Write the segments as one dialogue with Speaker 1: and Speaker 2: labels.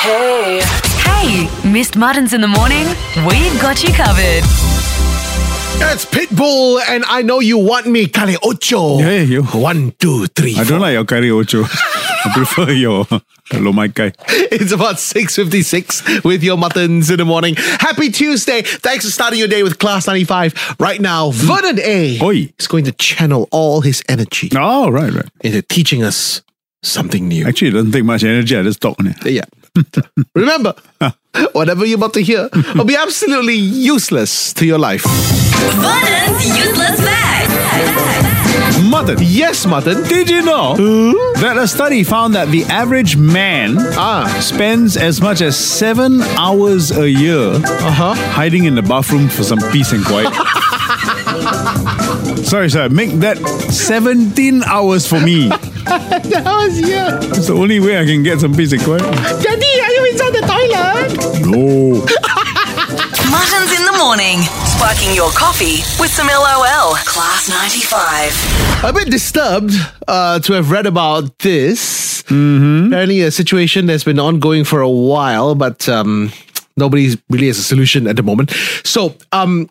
Speaker 1: Hey.
Speaker 2: Hey, missed Muttons in the morning? We've got you covered.
Speaker 3: That's Pitbull, and I know you want me, Kale Ocho.
Speaker 4: Yeah, you.
Speaker 3: One, two, three.
Speaker 4: Oh. I
Speaker 3: four.
Speaker 4: don't like your curry ocho. I prefer your lomai kai.
Speaker 3: It's about 6.56 with your muttons in the morning. Happy Tuesday. Thanks for starting your day with Class 95. Right now, Vernon A
Speaker 4: Mm. Oi.
Speaker 3: is going to channel all his energy
Speaker 4: Oh, right, right.
Speaker 3: into teaching us something new.
Speaker 4: Actually, it doesn't take much energy. I just talk on it.
Speaker 3: Yeah. Remember, whatever you're about to hear will be absolutely useless to your life.
Speaker 2: Muttons useless fact.
Speaker 4: Mother,
Speaker 3: Yes, mutton.
Speaker 4: did you know that a study found that the average man
Speaker 3: Ah.
Speaker 4: spends as much as seven hours a year
Speaker 3: Uh-huh.
Speaker 4: hiding in the bathroom for some peace and quiet? Sorry, sir. Make that 17 hours for me.
Speaker 3: That was you.
Speaker 4: It's the only way I can get some peace and quiet.
Speaker 3: Daddy, are you inside the toilet?
Speaker 4: No.
Speaker 1: Muttons in the morning. Sparking your coffee with some LOL. Class 95.
Speaker 3: A bit disturbed uh, to have read about this. Apparently, a situation that's been ongoing for a while, but um, nobody really has a solution at the moment. So, um,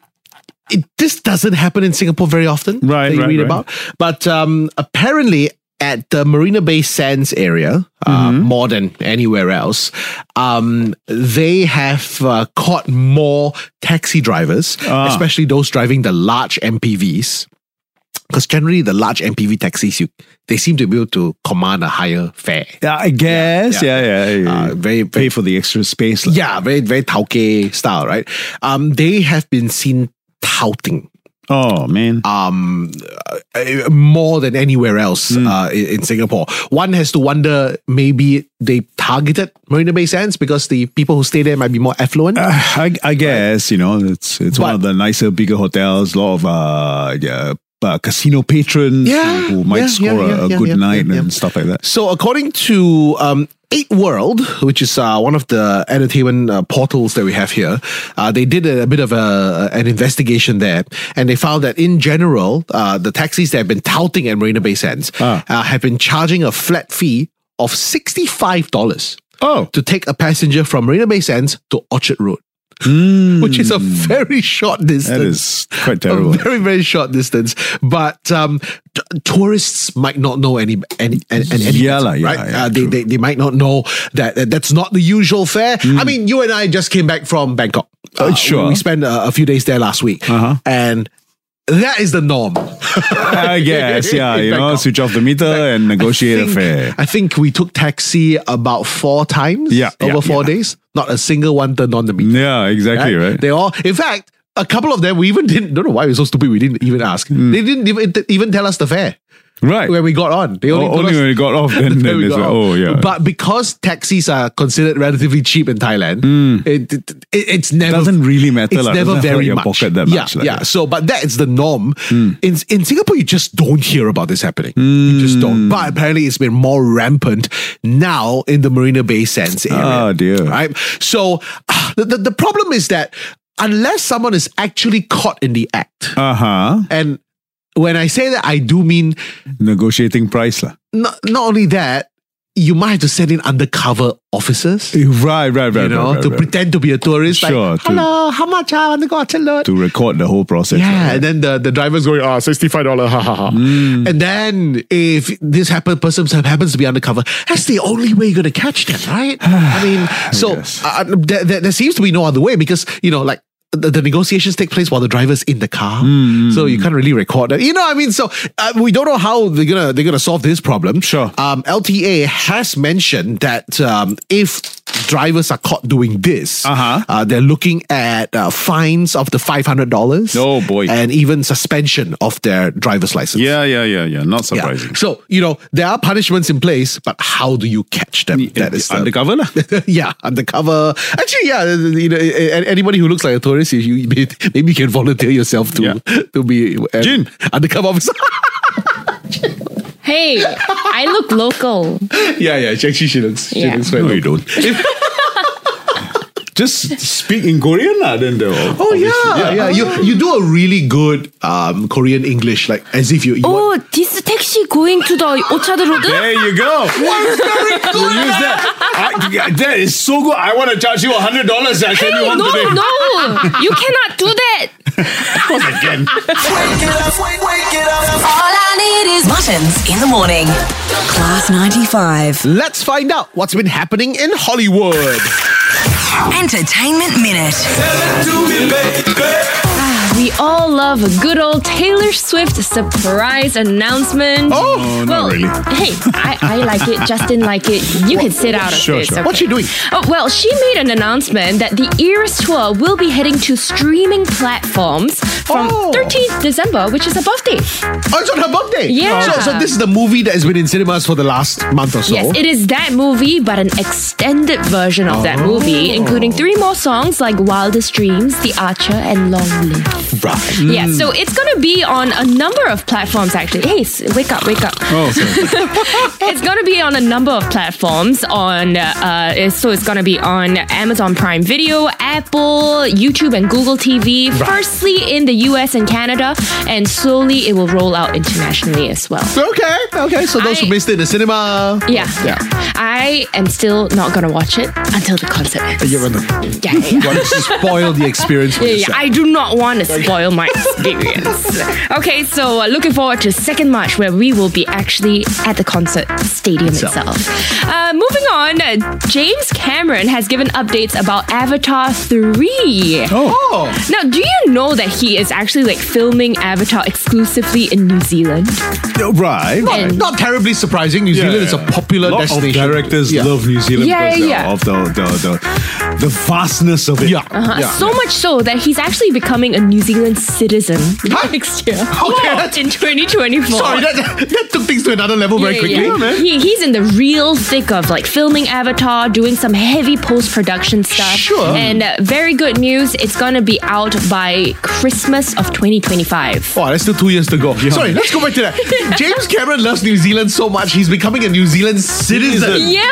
Speaker 3: it, this doesn't happen in Singapore very often.
Speaker 4: Right,
Speaker 3: that you
Speaker 4: right,
Speaker 3: read
Speaker 4: right.
Speaker 3: about, but um, apparently. At the Marina Bay Sands area, uh,
Speaker 4: Mm-hmm.
Speaker 3: more than anywhere else, um, they have uh, caught more taxi drivers,
Speaker 4: Ah.
Speaker 3: especially those driving the large MPVs because generally the large MPV taxis, you they seem to be able to command a higher fare.
Speaker 4: Yeah, I guess.
Speaker 3: Yeah,
Speaker 4: Yeah, yeah. yeah,
Speaker 3: Uh, very- very-
Speaker 4: pay for the extra space. lah.
Speaker 3: Yeah, very very tauke style, right? Um, they have been seen touting
Speaker 4: Oh man.
Speaker 3: um uh, more than anywhere else uh, in, in Singapore. One has to wonder maybe they targeted Marina Bay Sands because the people who stay there might be more affluent.
Speaker 4: Uh, I, I guess you know it's it's one
Speaker 3: But-
Speaker 4: of the nicer, bigger hotels. lot of uh, yeah, uh casino patrons
Speaker 3: Yeah,
Speaker 4: who, who might
Speaker 3: yeah,
Speaker 4: score
Speaker 3: yeah,
Speaker 4: a- a,
Speaker 3: yeah,
Speaker 4: good
Speaker 3: yeah,
Speaker 4: night
Speaker 3: yeah, yeah.
Speaker 4: and stuff like that.
Speaker 3: So, according to um, Eight World, which is uh, one of the entertainment uh, portals that we have here, uh, they did a, a bit of a, an investigation there, and they found that in general, uh, the taxis that have been touting at Marina Bay Sands
Speaker 4: Ah.
Speaker 3: uh, have been charging a flat fee of sixty five dollars
Speaker 4: Oh,
Speaker 3: to take a passenger from Marina Bay Sands to Orchard Road, which is a very short distance.
Speaker 4: Hmm. that is quite terrible.
Speaker 3: A very very short distance, but um, t- tourists might not know any any any, any
Speaker 4: Yeah lah,
Speaker 3: right?
Speaker 4: yeah, yeah,
Speaker 3: uh, they,
Speaker 4: true.
Speaker 3: they they might not know that, that that's not the usual fare. I mean, you and I just came back from Bangkok.
Speaker 4: Uh, Mm. sure.
Speaker 3: we, we spent a, a few days there last week,
Speaker 4: Uh-huh.
Speaker 3: and that is the norm.
Speaker 4: I guess yeah. You know,
Speaker 3: Bangkok.
Speaker 4: switch off the meter and negotiate
Speaker 3: I
Speaker 4: a
Speaker 3: think,
Speaker 4: fare.
Speaker 3: I think we took taxi about four times
Speaker 4: Yeah, yeah,
Speaker 3: over four
Speaker 4: yeah.
Speaker 3: days. Not a single one turned on the meter.
Speaker 4: Yeah, exactly
Speaker 3: right?
Speaker 4: right.
Speaker 3: They all, in fact, a couple of them we even didn't. Don't know why we're so stupid. We didn't even ask. They didn't even, even tell us the fare
Speaker 4: Hmm. right.
Speaker 3: when we got on. They only,
Speaker 4: Oh,
Speaker 3: told
Speaker 4: only
Speaker 3: us
Speaker 4: when we got off, then-
Speaker 3: when
Speaker 4: then
Speaker 3: we
Speaker 4: it's
Speaker 3: got
Speaker 4: like,
Speaker 3: off.
Speaker 4: oh, yeah.
Speaker 3: But because taxis are considered relatively cheap in Thailand, it, it, it- it's never
Speaker 4: Hmm. Doesn't really matter,
Speaker 3: It's
Speaker 4: lah.
Speaker 3: never
Speaker 4: Doesn't hurt
Speaker 3: very
Speaker 4: your
Speaker 3: much.
Speaker 4: pocket that
Speaker 3: yeah,
Speaker 4: much, like Hmm.
Speaker 3: yeah.
Speaker 4: that.
Speaker 3: So, but that is the norm. In in Singapore, you just don't hear about this happening.
Speaker 4: Hmm.
Speaker 3: You just don't. But apparently, it's been more rampant now in the Marina Bay Sands area.
Speaker 4: Oh, dear.
Speaker 3: Right. So, the, the the problem is that unless someone is actually caught in the act,
Speaker 4: Uh huh.
Speaker 3: and when I say that, I do mean
Speaker 4: Negotiating price lah.
Speaker 3: not, not only that, you might have to send in undercover officers, you
Speaker 4: Right, right, right.
Speaker 3: know,
Speaker 4: right, right,
Speaker 3: to
Speaker 4: right.
Speaker 3: pretend to be a tourist.
Speaker 4: Sure,
Speaker 3: like,
Speaker 4: to-
Speaker 3: hello, how much uh, I want to go to learn?
Speaker 4: to record the whole process.
Speaker 3: Yeah,
Speaker 4: lah.
Speaker 3: and then the, the driver's going, ah, $65, ha ha ha.
Speaker 4: Mm.
Speaker 3: And then if this happen, person happens to be undercover, that's the only way you're going to catch them, right? I mean, so
Speaker 4: guess.
Speaker 3: uh, there, there, there seems to be no other way because, you know, like the, the negotiations take place while the driver's in the car,
Speaker 4: Mm-hmm.
Speaker 3: so you can't really record that. You know, what I mean, so uh, we don't know how they're gonna they're gonna solve this problem.
Speaker 4: Sure.
Speaker 3: um, LTA has mentioned that um, if drivers are caught doing this,
Speaker 4: Uh-huh.
Speaker 3: uh, they're looking at uh, fines of the five hundred dollars.
Speaker 4: Oh, boy.
Speaker 3: and even suspension of their driver's license.
Speaker 4: Yeah, yeah, yeah, yeah. Not
Speaker 3: Yeah.
Speaker 4: surprising.
Speaker 3: So you know there are punishments in place, but how do you catch them? That is the-
Speaker 4: undercover lah.
Speaker 3: yeah, undercover. Actually, yeah, you know, a- a- anybody who looks like a tourist, if you maybe you can volunteer yourself to
Speaker 4: Yeah.
Speaker 3: to be an
Speaker 4: Jin.
Speaker 3: undercover officer.
Speaker 5: Hey, I look local.
Speaker 3: yeah, yeah. She, actually, she looks she
Speaker 5: Yeah.
Speaker 3: looks very
Speaker 4: No,
Speaker 3: good.
Speaker 4: you don't. Just speak in Korean lah. Then they'll
Speaker 3: Oh yeah, yeah, You you do a really good um, Korean English, like as if you. you want-
Speaker 5: Oh, this taxi going to the Ochad Road?
Speaker 4: There you go. You use that. I, yeah, that is so good. I want to charge you hundred dollars. I send you
Speaker 5: Hey,
Speaker 4: one
Speaker 5: no,
Speaker 4: today.
Speaker 5: no, you cannot do that.
Speaker 4: Of course I can.
Speaker 1: All I need is Muttons in the morning. Class 95.
Speaker 3: Let's find out what's been happening in Hollywood.
Speaker 1: Entertainment Minute.
Speaker 5: We all love a good old Taylor Swift surprise announcement.
Speaker 3: Oh,
Speaker 4: not
Speaker 5: well,
Speaker 4: really.
Speaker 5: hey, I, I like it. Justin like it. You can sit out of
Speaker 4: Sure,
Speaker 5: this.
Speaker 4: sure.
Speaker 5: okay?
Speaker 3: What's she doing?
Speaker 5: Oh, well, she made an announcement that the Eras tour will be heading to streaming platforms from
Speaker 3: Oh.
Speaker 5: 13th December, which is her birthday.
Speaker 3: Oh, it's on her birthday.
Speaker 5: Yeah.
Speaker 3: So, so this is the movie that has been in cinemas for the last month or so.
Speaker 5: Yes, it is that movie, but an extended version of that movie, including three more songs like Wildest Dreams, The Archer, and Long Live.
Speaker 3: right.
Speaker 5: Yeah, so it's going to be on a number of platforms actually. Hey, s- wake up, wake up.
Speaker 4: Oh, sorry.
Speaker 5: It's going to be on a number of platforms on uh, uh, so it's going to be on Amazon Prime Video, Apple, YouTube and Google TV, firstly in the US and Canada, and slowly it will roll out internationally as well.
Speaker 3: Okay. Okay. So those who
Speaker 5: I-
Speaker 3: missed it in the cinema.
Speaker 5: Yeah.
Speaker 3: Yeah.
Speaker 5: I am still not going to watch it until the concert ends.
Speaker 3: You're gonna
Speaker 5: yeah, yeah, yeah.
Speaker 3: want to spoil the experience. For
Speaker 5: Yeah, yeah,
Speaker 3: yourself.
Speaker 5: I do not want to spoil my experience. Okay, so uh, looking forward to 2nd March where we will be actually at the concert stadium
Speaker 3: Itself.
Speaker 5: itself. Uh, moving on, uh, James Cameron has given updates about Avatar 3.
Speaker 3: Oh.
Speaker 5: Now, do you know that he is actually like filming Avatar exclusively in New Zealand?
Speaker 4: No, right.
Speaker 5: Oh.
Speaker 3: Not, not terribly surprising. New Zealand is a popular
Speaker 4: Lot
Speaker 3: destination.
Speaker 4: Of directors
Speaker 3: Yeah.
Speaker 4: love New Zealand
Speaker 5: Yeah,
Speaker 4: because
Speaker 5: yeah, yeah.
Speaker 4: of the, the the the vastness of it.
Speaker 3: Yeah.
Speaker 5: Uh,
Speaker 3: yeah.
Speaker 5: so much so that he's actually becoming a New Zealand citizen next year
Speaker 3: that's-
Speaker 5: in 2024.
Speaker 3: Sorry, that, that took things to another level very
Speaker 5: Yeah,
Speaker 3: quickly.
Speaker 5: yeah. He, he's in the real thick of like filming Avatar, doing some heavy post production stuff.
Speaker 3: Sure.
Speaker 5: And uh, very good news, it's gonna be out by Christmas of 2025.
Speaker 3: Oh, that's still two years to go. Sorry, let's go back to that. James Cameron loves New Zealand so much, he's becoming a New Zealand citizen.
Speaker 5: Yeah,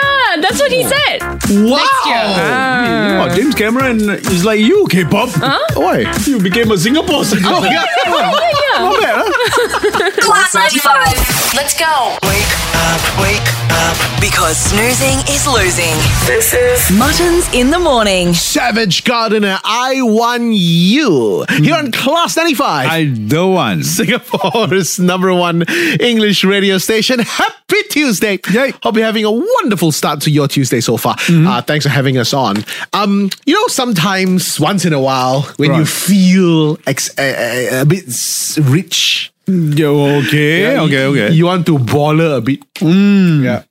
Speaker 5: that's what
Speaker 3: Oh.
Speaker 5: he said.
Speaker 3: Wow.
Speaker 5: Next year.
Speaker 4: Oh, James Cameron is like you, K-pop. Why? You became a Singapore citizen.
Speaker 3: Oh, yeah.
Speaker 4: Not bad, huh?
Speaker 1: Class 95. Let's go. Wake up, wake up. Because snoozing is losing. This is Muttons in the morning.
Speaker 3: Savage Gardener, I won you. Here on Class 95.
Speaker 4: I the one.
Speaker 3: Singapore's number one English radio station. Happy Tuesday!
Speaker 4: Yay. Mm-hmm.
Speaker 3: Hope you're having a wonderful start to your Tuesday so far. Uh, thanks for having us on. Um, you know, sometimes once in a while when you
Speaker 4: Right.
Speaker 3: feel ex- a, a, a bit s- rich,
Speaker 4: Yo, Mm, okay,
Speaker 3: yeah,
Speaker 4: okay,
Speaker 3: you,
Speaker 4: okay. Mm.
Speaker 3: you want to baller a bit. Yeah,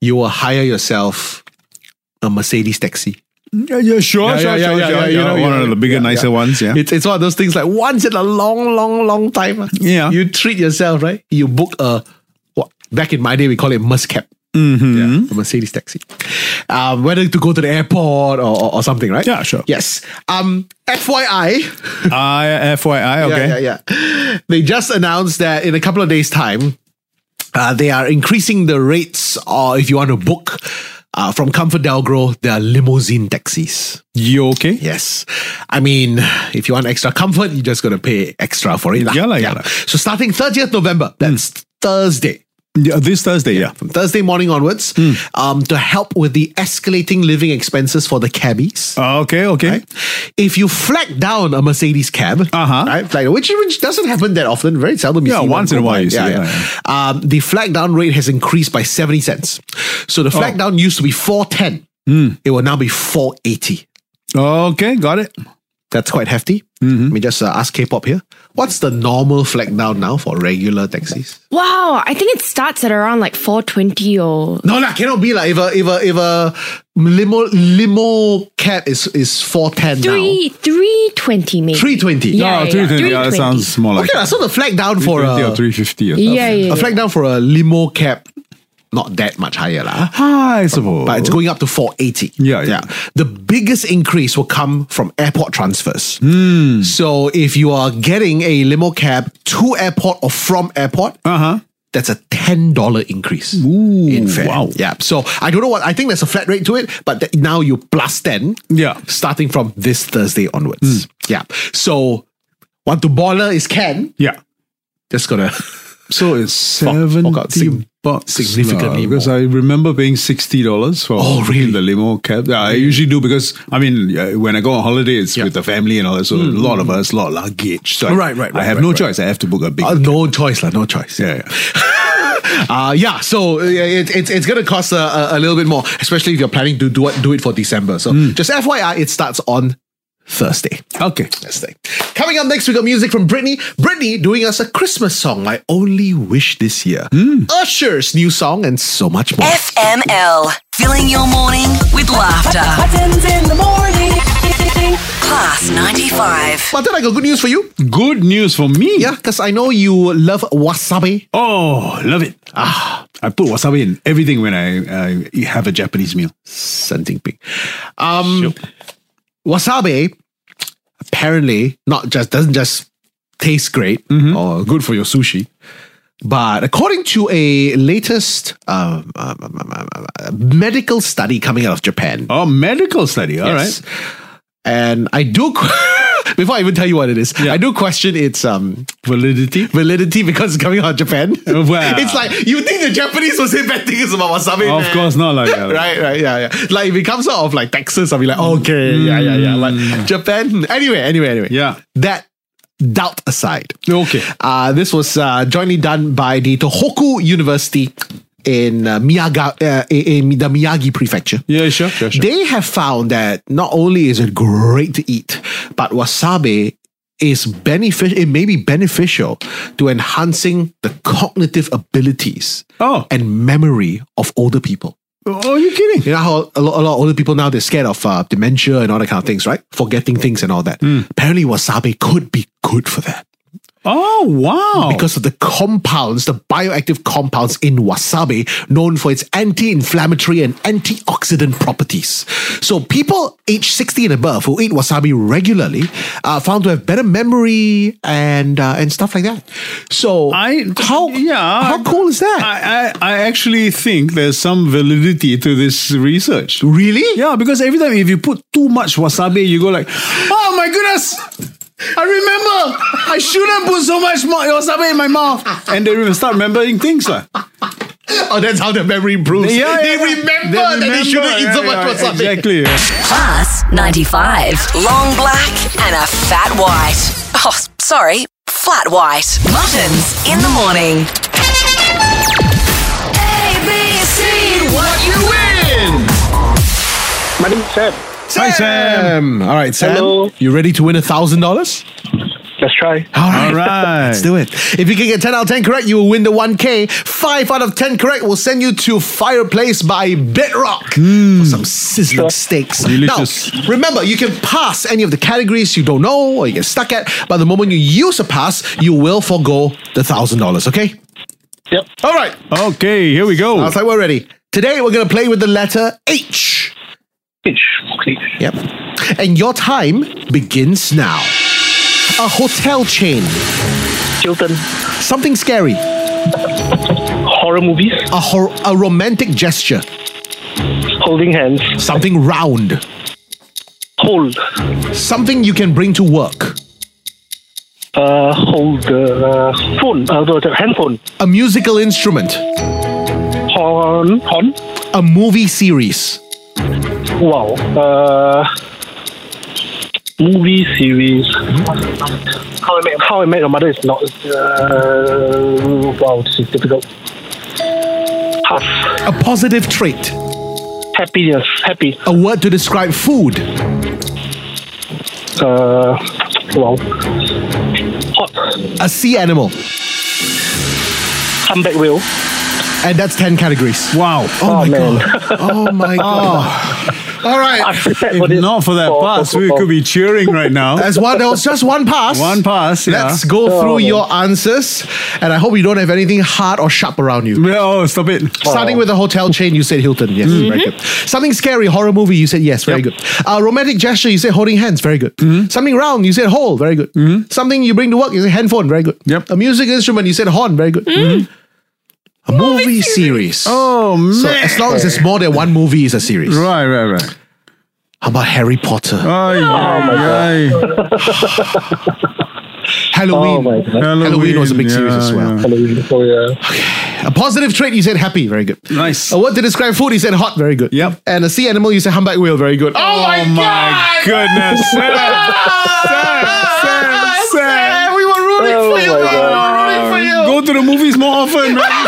Speaker 3: you will hire yourself a Mercedes taxi.
Speaker 4: yeah,
Speaker 3: Yeah,
Speaker 4: yeah, sure, sure,
Speaker 3: yeah,
Speaker 4: sure,
Speaker 3: yeah,
Speaker 4: sure.
Speaker 3: yeah, you know,
Speaker 4: one
Speaker 3: yeah,
Speaker 4: of the bigger,
Speaker 3: yeah,
Speaker 4: nicer
Speaker 3: yeah.
Speaker 4: ones. Yeah.
Speaker 3: It's it's one of those things like once in a long, long, long time. ah.
Speaker 4: Yeah.
Speaker 3: You treat yourself, right? You book a what back in my day we call it Muscap. Mm-hmm. Yeah, a Mercedes taxi. Um, whether to go to the airport or, or, or something, right?
Speaker 4: Yeah, sure.
Speaker 3: Yes. Um, FYI,
Speaker 4: I FYI, okay.
Speaker 3: yeah, yeah, yeah. They just announced that in a couple of days' time, uh, they are increasing the rates. Or if you want to book uh, from Comfort Delgro, there are limousine taxis.
Speaker 4: You okay?
Speaker 3: Yes. I mean, if you want extra comfort, you're just going to pay extra for it. lah.
Speaker 4: Yeah lah, yeah lah. Hmm.
Speaker 3: So starting 30th November, that's Thursday.
Speaker 4: Yeah, this Thursday, yeah.
Speaker 3: From Thursday morning onwards,
Speaker 4: Hmm.
Speaker 3: um, to help with the escalating living expenses for the cabbies.
Speaker 4: Uh, okay, okay.
Speaker 3: Right? If you flag down a Mercedes cab,
Speaker 4: Uh-huh.
Speaker 3: right, flag, which which doesn't happen that often, very seldom. You
Speaker 4: Yeah,
Speaker 3: see one
Speaker 4: once in a
Speaker 3: go
Speaker 4: while
Speaker 3: by.
Speaker 4: you see
Speaker 3: yeah,
Speaker 4: it,
Speaker 3: yeah.
Speaker 4: yeah,
Speaker 3: Um, the flag down rate has increased by seventy cents. So the flag
Speaker 4: Oh. Hmm.
Speaker 3: down used to be four ten. It will now be four eighty.
Speaker 4: Okay, got it. Oh,
Speaker 3: That's quite hefty. Let me just uh, ask K-pop here. What's the normal flag down now for regular taxis?
Speaker 5: Wow, I think it starts at around like 420 or
Speaker 3: No, lah, cannot be like if a if a if a limo limo cab is is four ten now.
Speaker 5: 3 320 maybe.
Speaker 3: Three twenty.
Speaker 5: Yeah.
Speaker 4: Oh, 320. Yeah, that
Speaker 5: 320.
Speaker 4: sounds more like
Speaker 3: Okay, lah, so the flag down for
Speaker 4: 320
Speaker 3: a
Speaker 4: or 350 or something.
Speaker 5: Yeah, yeah, yeah.
Speaker 3: a flag down for a limo cab, not that much higher lah.
Speaker 4: I suppose.
Speaker 3: But it's going up to 480.
Speaker 4: Oh. Yeah, yeah.
Speaker 3: The biggest increase will come from airport transfers.
Speaker 4: Hmm.
Speaker 3: So if you are getting a limo cab to airport or from airport,
Speaker 4: Uh-huh.
Speaker 3: that's a ten dollar increase in fare.
Speaker 4: wow.
Speaker 3: Yeah. So I don't know what I think there's a flat rate to it, but th- now you plus ten.
Speaker 4: Yeah. Hmm.
Speaker 3: Starting from this Thursday onwards. Yeah. So want to baller is can
Speaker 4: Yeah.
Speaker 3: just gonna
Speaker 4: So it's
Speaker 3: fork out
Speaker 4: 70
Speaker 3: sig-
Speaker 4: bucks.
Speaker 3: significantly
Speaker 4: lah, Because
Speaker 3: more.
Speaker 4: I remember paying $60 for
Speaker 3: Oh, really?
Speaker 4: the limo cab. Yeah, I usually do because, I mean, uh, when I go on holiday, it's
Speaker 3: Yeah.
Speaker 4: with the family and all that. So a lot of us, a lot of luggage. So I-
Speaker 3: Right, right,
Speaker 4: I
Speaker 3: right,
Speaker 4: have
Speaker 3: right,
Speaker 4: no
Speaker 3: right.
Speaker 4: choice. I have to book a big
Speaker 3: uh, no choice lah, no choice.
Speaker 4: Yeah, yeah.
Speaker 3: Uh, yeah, so uh, it, it's it's gonna cost a, a, a little bit more, especially if you're planning to do it, do it for December. So just FYI, it starts on Thursday.
Speaker 4: Hmm. Okay.
Speaker 3: Thursday. Coming up next, we got music from Britney. Britney doing us a Christmas song, My Only Wish This Year.
Speaker 4: Hmm.
Speaker 3: Usher's new song, and so much more.
Speaker 1: FML. Filling your morning with laughter. Buttons in the morning. Class 95.
Speaker 3: But then I got good news for you.
Speaker 4: Good news for me.
Speaker 3: Yeah, because I know you love wasabi.
Speaker 4: Oh, love it. Ah, I put wasabi in everything when I, I have a Japanese meal.
Speaker 3: Something big. Um, Wasabi apparently not just doesn't just taste great
Speaker 4: Mm-hmm.
Speaker 3: or good for your sushi, but according to a latest um, um, um, um, um, uh, medical study coming out of Japan,
Speaker 4: Oh, medical study. All right.
Speaker 3: Yes. And I do que- before I even tell you what it is, I do question its um
Speaker 4: Validity.
Speaker 3: validity because it's coming out of Japan.
Speaker 4: Oh, wow.
Speaker 3: It's like you think the Japanese will say bad things about wasabi.
Speaker 4: Of
Speaker 3: man.
Speaker 4: course not like that.
Speaker 3: Right, right, yeah, yeah. Like if it comes out of like Texas, I'll be like, okay, yeah, yeah, yeah. Like Japan. Anyway, anyway, anyway.
Speaker 4: Hmm. Yeah.
Speaker 3: That doubt aside.
Speaker 4: Okay.
Speaker 3: Uh, this was uh, jointly done by the Tohoku University in uh, Miyaga, uh, in in the Miyagi Prefecture.
Speaker 4: Yeah, sure, sure, sure.
Speaker 3: They have found that not only is it great to eat, but wasabi is beneficial. It may be beneficial to enhancing the cognitive abilities
Speaker 4: Oh.
Speaker 3: and memory of older people.
Speaker 4: Oh, are you kidding?
Speaker 3: You know how a lot, a lot of older people now they're scared of uh, dementia and all that kind of things, right? Forgetting things and all that.
Speaker 4: Hmm.
Speaker 3: Apparently, wasabi could be good for that
Speaker 4: Oh, wow.
Speaker 3: because of the compounds, the bioactive compounds in wasabi, known for its anti inflammatory and antioxidant properties. So, people aged 60 and above who eat wasabi regularly are found to have better memory and uh, and stuff like that. So,
Speaker 4: I
Speaker 3: how,
Speaker 4: yeah
Speaker 3: how cool is that?
Speaker 4: I, I I actually think there's some validity to this research.
Speaker 3: really?
Speaker 4: Yeah, because every time if you put too much wasabi, you go like, oh my goodness. I remember I shouldn't put so much mo- wasabi in my mouth, and they will start remembering things lah.
Speaker 3: Oh, that's how their memory improves.
Speaker 4: Yeah,
Speaker 3: they,
Speaker 4: yeah, yeah.
Speaker 3: remember
Speaker 4: They
Speaker 3: that they
Speaker 4: remember,
Speaker 3: shouldn't eat so
Speaker 4: yeah,
Speaker 3: much
Speaker 4: yeah,
Speaker 3: wasabi.
Speaker 4: Exactly. yeah.
Speaker 1: Class 95. Long black and a fat white. Oh, sorry. Flat white. Muttons in the morning. A, B, C, what you win?
Speaker 6: My name's Sam.
Speaker 4: Hi Sam.
Speaker 3: All right, Sam.
Speaker 6: Hello.
Speaker 3: You ready to win a thousand dollars?
Speaker 6: Let's try.
Speaker 3: All
Speaker 4: All right.
Speaker 3: Let's do it. If you can get 10 out of 10 correct, you will win the 1K. 5 out of 10 correct will send you to Fireplace by Bedrock for some sizzling steaks.
Speaker 4: Delicious.
Speaker 3: Now, remember, you can pass any of the categories you don't know or you get stuck at, but the moment you use a pass, you will forego the $1,000, okay?
Speaker 6: Yep.
Speaker 3: All right.
Speaker 4: Okay, here we go.
Speaker 3: Sounds like we're ready. Today, we're going to play with the letter H.
Speaker 6: Pitch. Okay.
Speaker 3: Yep. And your time begins now. A hotel chain.
Speaker 6: Chilton.
Speaker 3: Something scary.
Speaker 6: Horror movies.
Speaker 3: A, hor- a romantic gesture.
Speaker 6: Holding hands.
Speaker 3: Something round.
Speaker 6: Hold.
Speaker 3: Something you can bring to work.
Speaker 6: Uh, hold the uh, phone. Uh, the, the handphone.
Speaker 3: A musical instrument.
Speaker 6: Horn. Horn.
Speaker 3: A movie series.
Speaker 6: Wow. Uh, movie series. How I Met How I Met Your Mother is not. Uh, wow, this is difficult. Half.
Speaker 3: A positive trait.
Speaker 6: Happiness. Happy.
Speaker 3: A word to describe food.
Speaker 6: uh, well, hot
Speaker 3: A sea animal.
Speaker 6: comeback wheel.
Speaker 3: And that's 10 categories.
Speaker 4: Wow.
Speaker 3: Oh, my
Speaker 6: man.
Speaker 3: god. Oh my god. All
Speaker 6: I
Speaker 3: right.
Speaker 6: prepared for
Speaker 4: If
Speaker 6: this.
Speaker 4: not for that pass, we could be cheering right now.
Speaker 3: Oh, That's one. That was just one pass.
Speaker 4: One pass, yeah.
Speaker 3: Let's go through
Speaker 6: Oh.
Speaker 3: your answers, and I hope you don't have anything hard or sharp around you.
Speaker 4: Yeah, Oh, stop it.
Speaker 3: Starting with a hotel chain, you said Hilton. Yes, very good. Something scary, horror movie, you said yes, very
Speaker 4: Mm-hmm. Yep. Mm-hmm.
Speaker 3: good. Uh, romantic gesture, you said holding hands, very good. Something round, you said hole, very good. Something you bring to work, you said handphone, very good.
Speaker 4: Yep. Mm-hmm.
Speaker 3: A music instrument, you said horn, very good. Mm-hmm. A movie series.
Speaker 4: Oh, man.
Speaker 3: So as long as it's more than one movie, is a series.
Speaker 4: right, Oh. right, right.
Speaker 3: How about Harry Potter?
Speaker 4: Ay, ay, ay.
Speaker 3: Halloween.
Speaker 6: Oh my God.
Speaker 3: Halloween was a big series
Speaker 4: yeah,
Speaker 3: as well.
Speaker 4: yeah.
Speaker 6: Halloween, so yeah.
Speaker 3: A positive trait, you said happy, very good.
Speaker 4: Nice.
Speaker 3: A word to describe food, you said hot, very good.
Speaker 4: Yep.
Speaker 3: And a sea animal, you said humpback whale, very good. Oh,
Speaker 4: Oh my goodness. Sam, Sam, Sam,
Speaker 3: we were rooting
Speaker 6: Oh
Speaker 3: for you,
Speaker 6: my
Speaker 3: man. We were rooting for you.
Speaker 4: Go to the movies more often, man.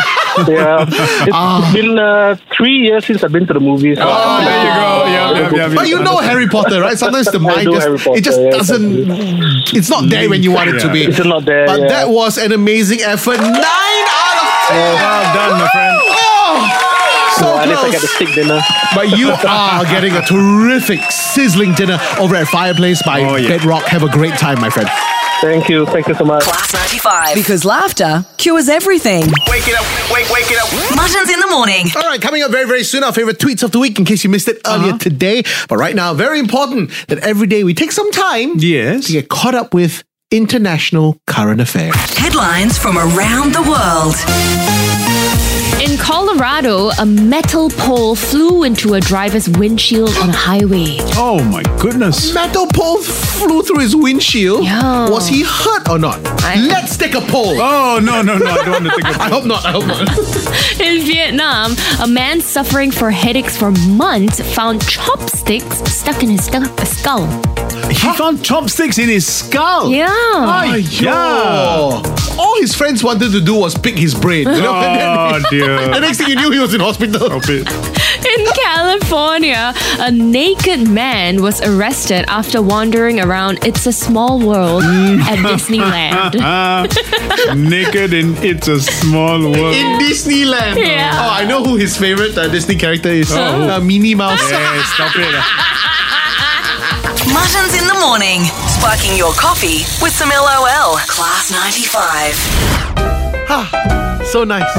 Speaker 6: yeah. It's been uh, three years since I've been to the movies.
Speaker 4: Oh, Ah. there you go. Yeah, yeah, yeah, yeah.
Speaker 3: But you know Harry Potter, right? Sometimes the mind
Speaker 6: know
Speaker 3: just
Speaker 6: Harry Potter,
Speaker 3: it just
Speaker 6: yeah,
Speaker 3: doesn't it's not there when you want it to be.
Speaker 6: It's not there.
Speaker 3: But
Speaker 6: yeah.
Speaker 3: that was an amazing effort. Nine out of ten.
Speaker 4: Well done, my friend.
Speaker 3: Oh, so
Speaker 6: Oh, at least I
Speaker 3: close.
Speaker 6: get the steak dinner.
Speaker 3: But you are getting a terrific, sizzling dinner over at Fireplace by
Speaker 4: Oh, yeah.
Speaker 3: Bedrock. Have a great time, my friend.
Speaker 6: Thank you. Thank you so much.
Speaker 1: Class 95.
Speaker 7: Because laughter cures everything.
Speaker 8: Wake it up, wake, wake it up.
Speaker 1: Muttons in the morning.
Speaker 3: All right, coming up very, very soon, our favorite tweets of the week in case you missed it earlier
Speaker 5: Uh-huh.
Speaker 3: today. But right now, very important that every day we take some time
Speaker 4: Yes.
Speaker 3: to get caught up with international current affairs.
Speaker 1: Headlines from around the world.
Speaker 5: In Colorado, a metal pole flew into a driver's windshield on a highway.
Speaker 4: Oh, my goodness.
Speaker 3: Metal pole flew through his windshield.
Speaker 5: Yeah.
Speaker 3: Was he hurt or not?
Speaker 5: I-
Speaker 3: Let's take a poll.
Speaker 4: Oh, no, no, no. I don't want to think
Speaker 3: I
Speaker 4: of
Speaker 3: hope not. I hope not.
Speaker 5: In Vietnam, a man suffering for headaches for months found chopsticks stuck in his stu- skull.
Speaker 4: He found chopsticks in his skull.
Speaker 5: Yeah.
Speaker 3: Yo. All his friends wanted to do was pick his brain. You know? And then-
Speaker 4: Oh,
Speaker 3: the
Speaker 4: dear.
Speaker 3: next thing you knew, he was in hospital.
Speaker 4: Stop it.
Speaker 5: In California, a naked man was arrested after wandering around It's a Small World at Disneyland.
Speaker 4: Ah, naked and it's a small world.
Speaker 3: In Disneyland.
Speaker 5: Yeah.
Speaker 3: Oh, I know who his favorite uh, Disney character is. Uh, Minnie Mouse.
Speaker 4: Hey, Oh, stop it.
Speaker 1: Muttons in the morning. Sparking your coffee with some LOL. Class 95.
Speaker 3: So nice.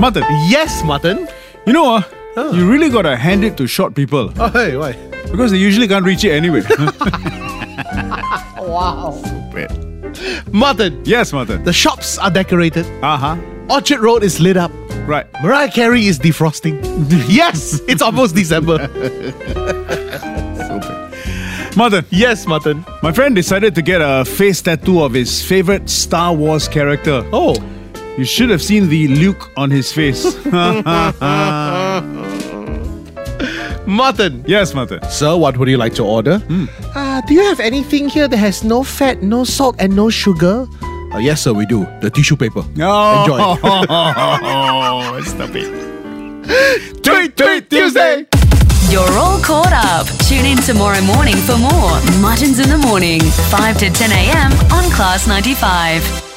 Speaker 4: Mutton,
Speaker 3: Yes, mutton. Ah.
Speaker 4: you know what? You really gotta hand it to short people
Speaker 3: Oh, hey, why?
Speaker 4: because they usually can't reach it anyway.
Speaker 3: Mutton.
Speaker 4: yes, Mutton.
Speaker 3: The shops are decorated.
Speaker 4: Uh huh.
Speaker 3: Orchard Road is lit up.
Speaker 4: Right.
Speaker 3: Mariah Carey is defrosting. yes, it's almost December.
Speaker 4: Mutton,
Speaker 3: Yes, mutton.
Speaker 4: my friend decided to get a face tattoo of his favorite Star Wars character.
Speaker 3: Oh,
Speaker 4: You should have seen the Luke on his face.
Speaker 3: mutton.
Speaker 4: yes, Mutton.
Speaker 3: Sir, what would you like to order? Uh, do you have anything here that has no fat, no salt, and no sugar? Uh, yes, sir, we do. The tissue paper.
Speaker 4: No.
Speaker 3: Enjoy.
Speaker 4: Oh, stop it. Tweet, tweet, Tuesday.
Speaker 2: You're all caught up. Tune in tomorrow morning for more Muttons in the Morning, 5 to 10 a.m. on Class 95.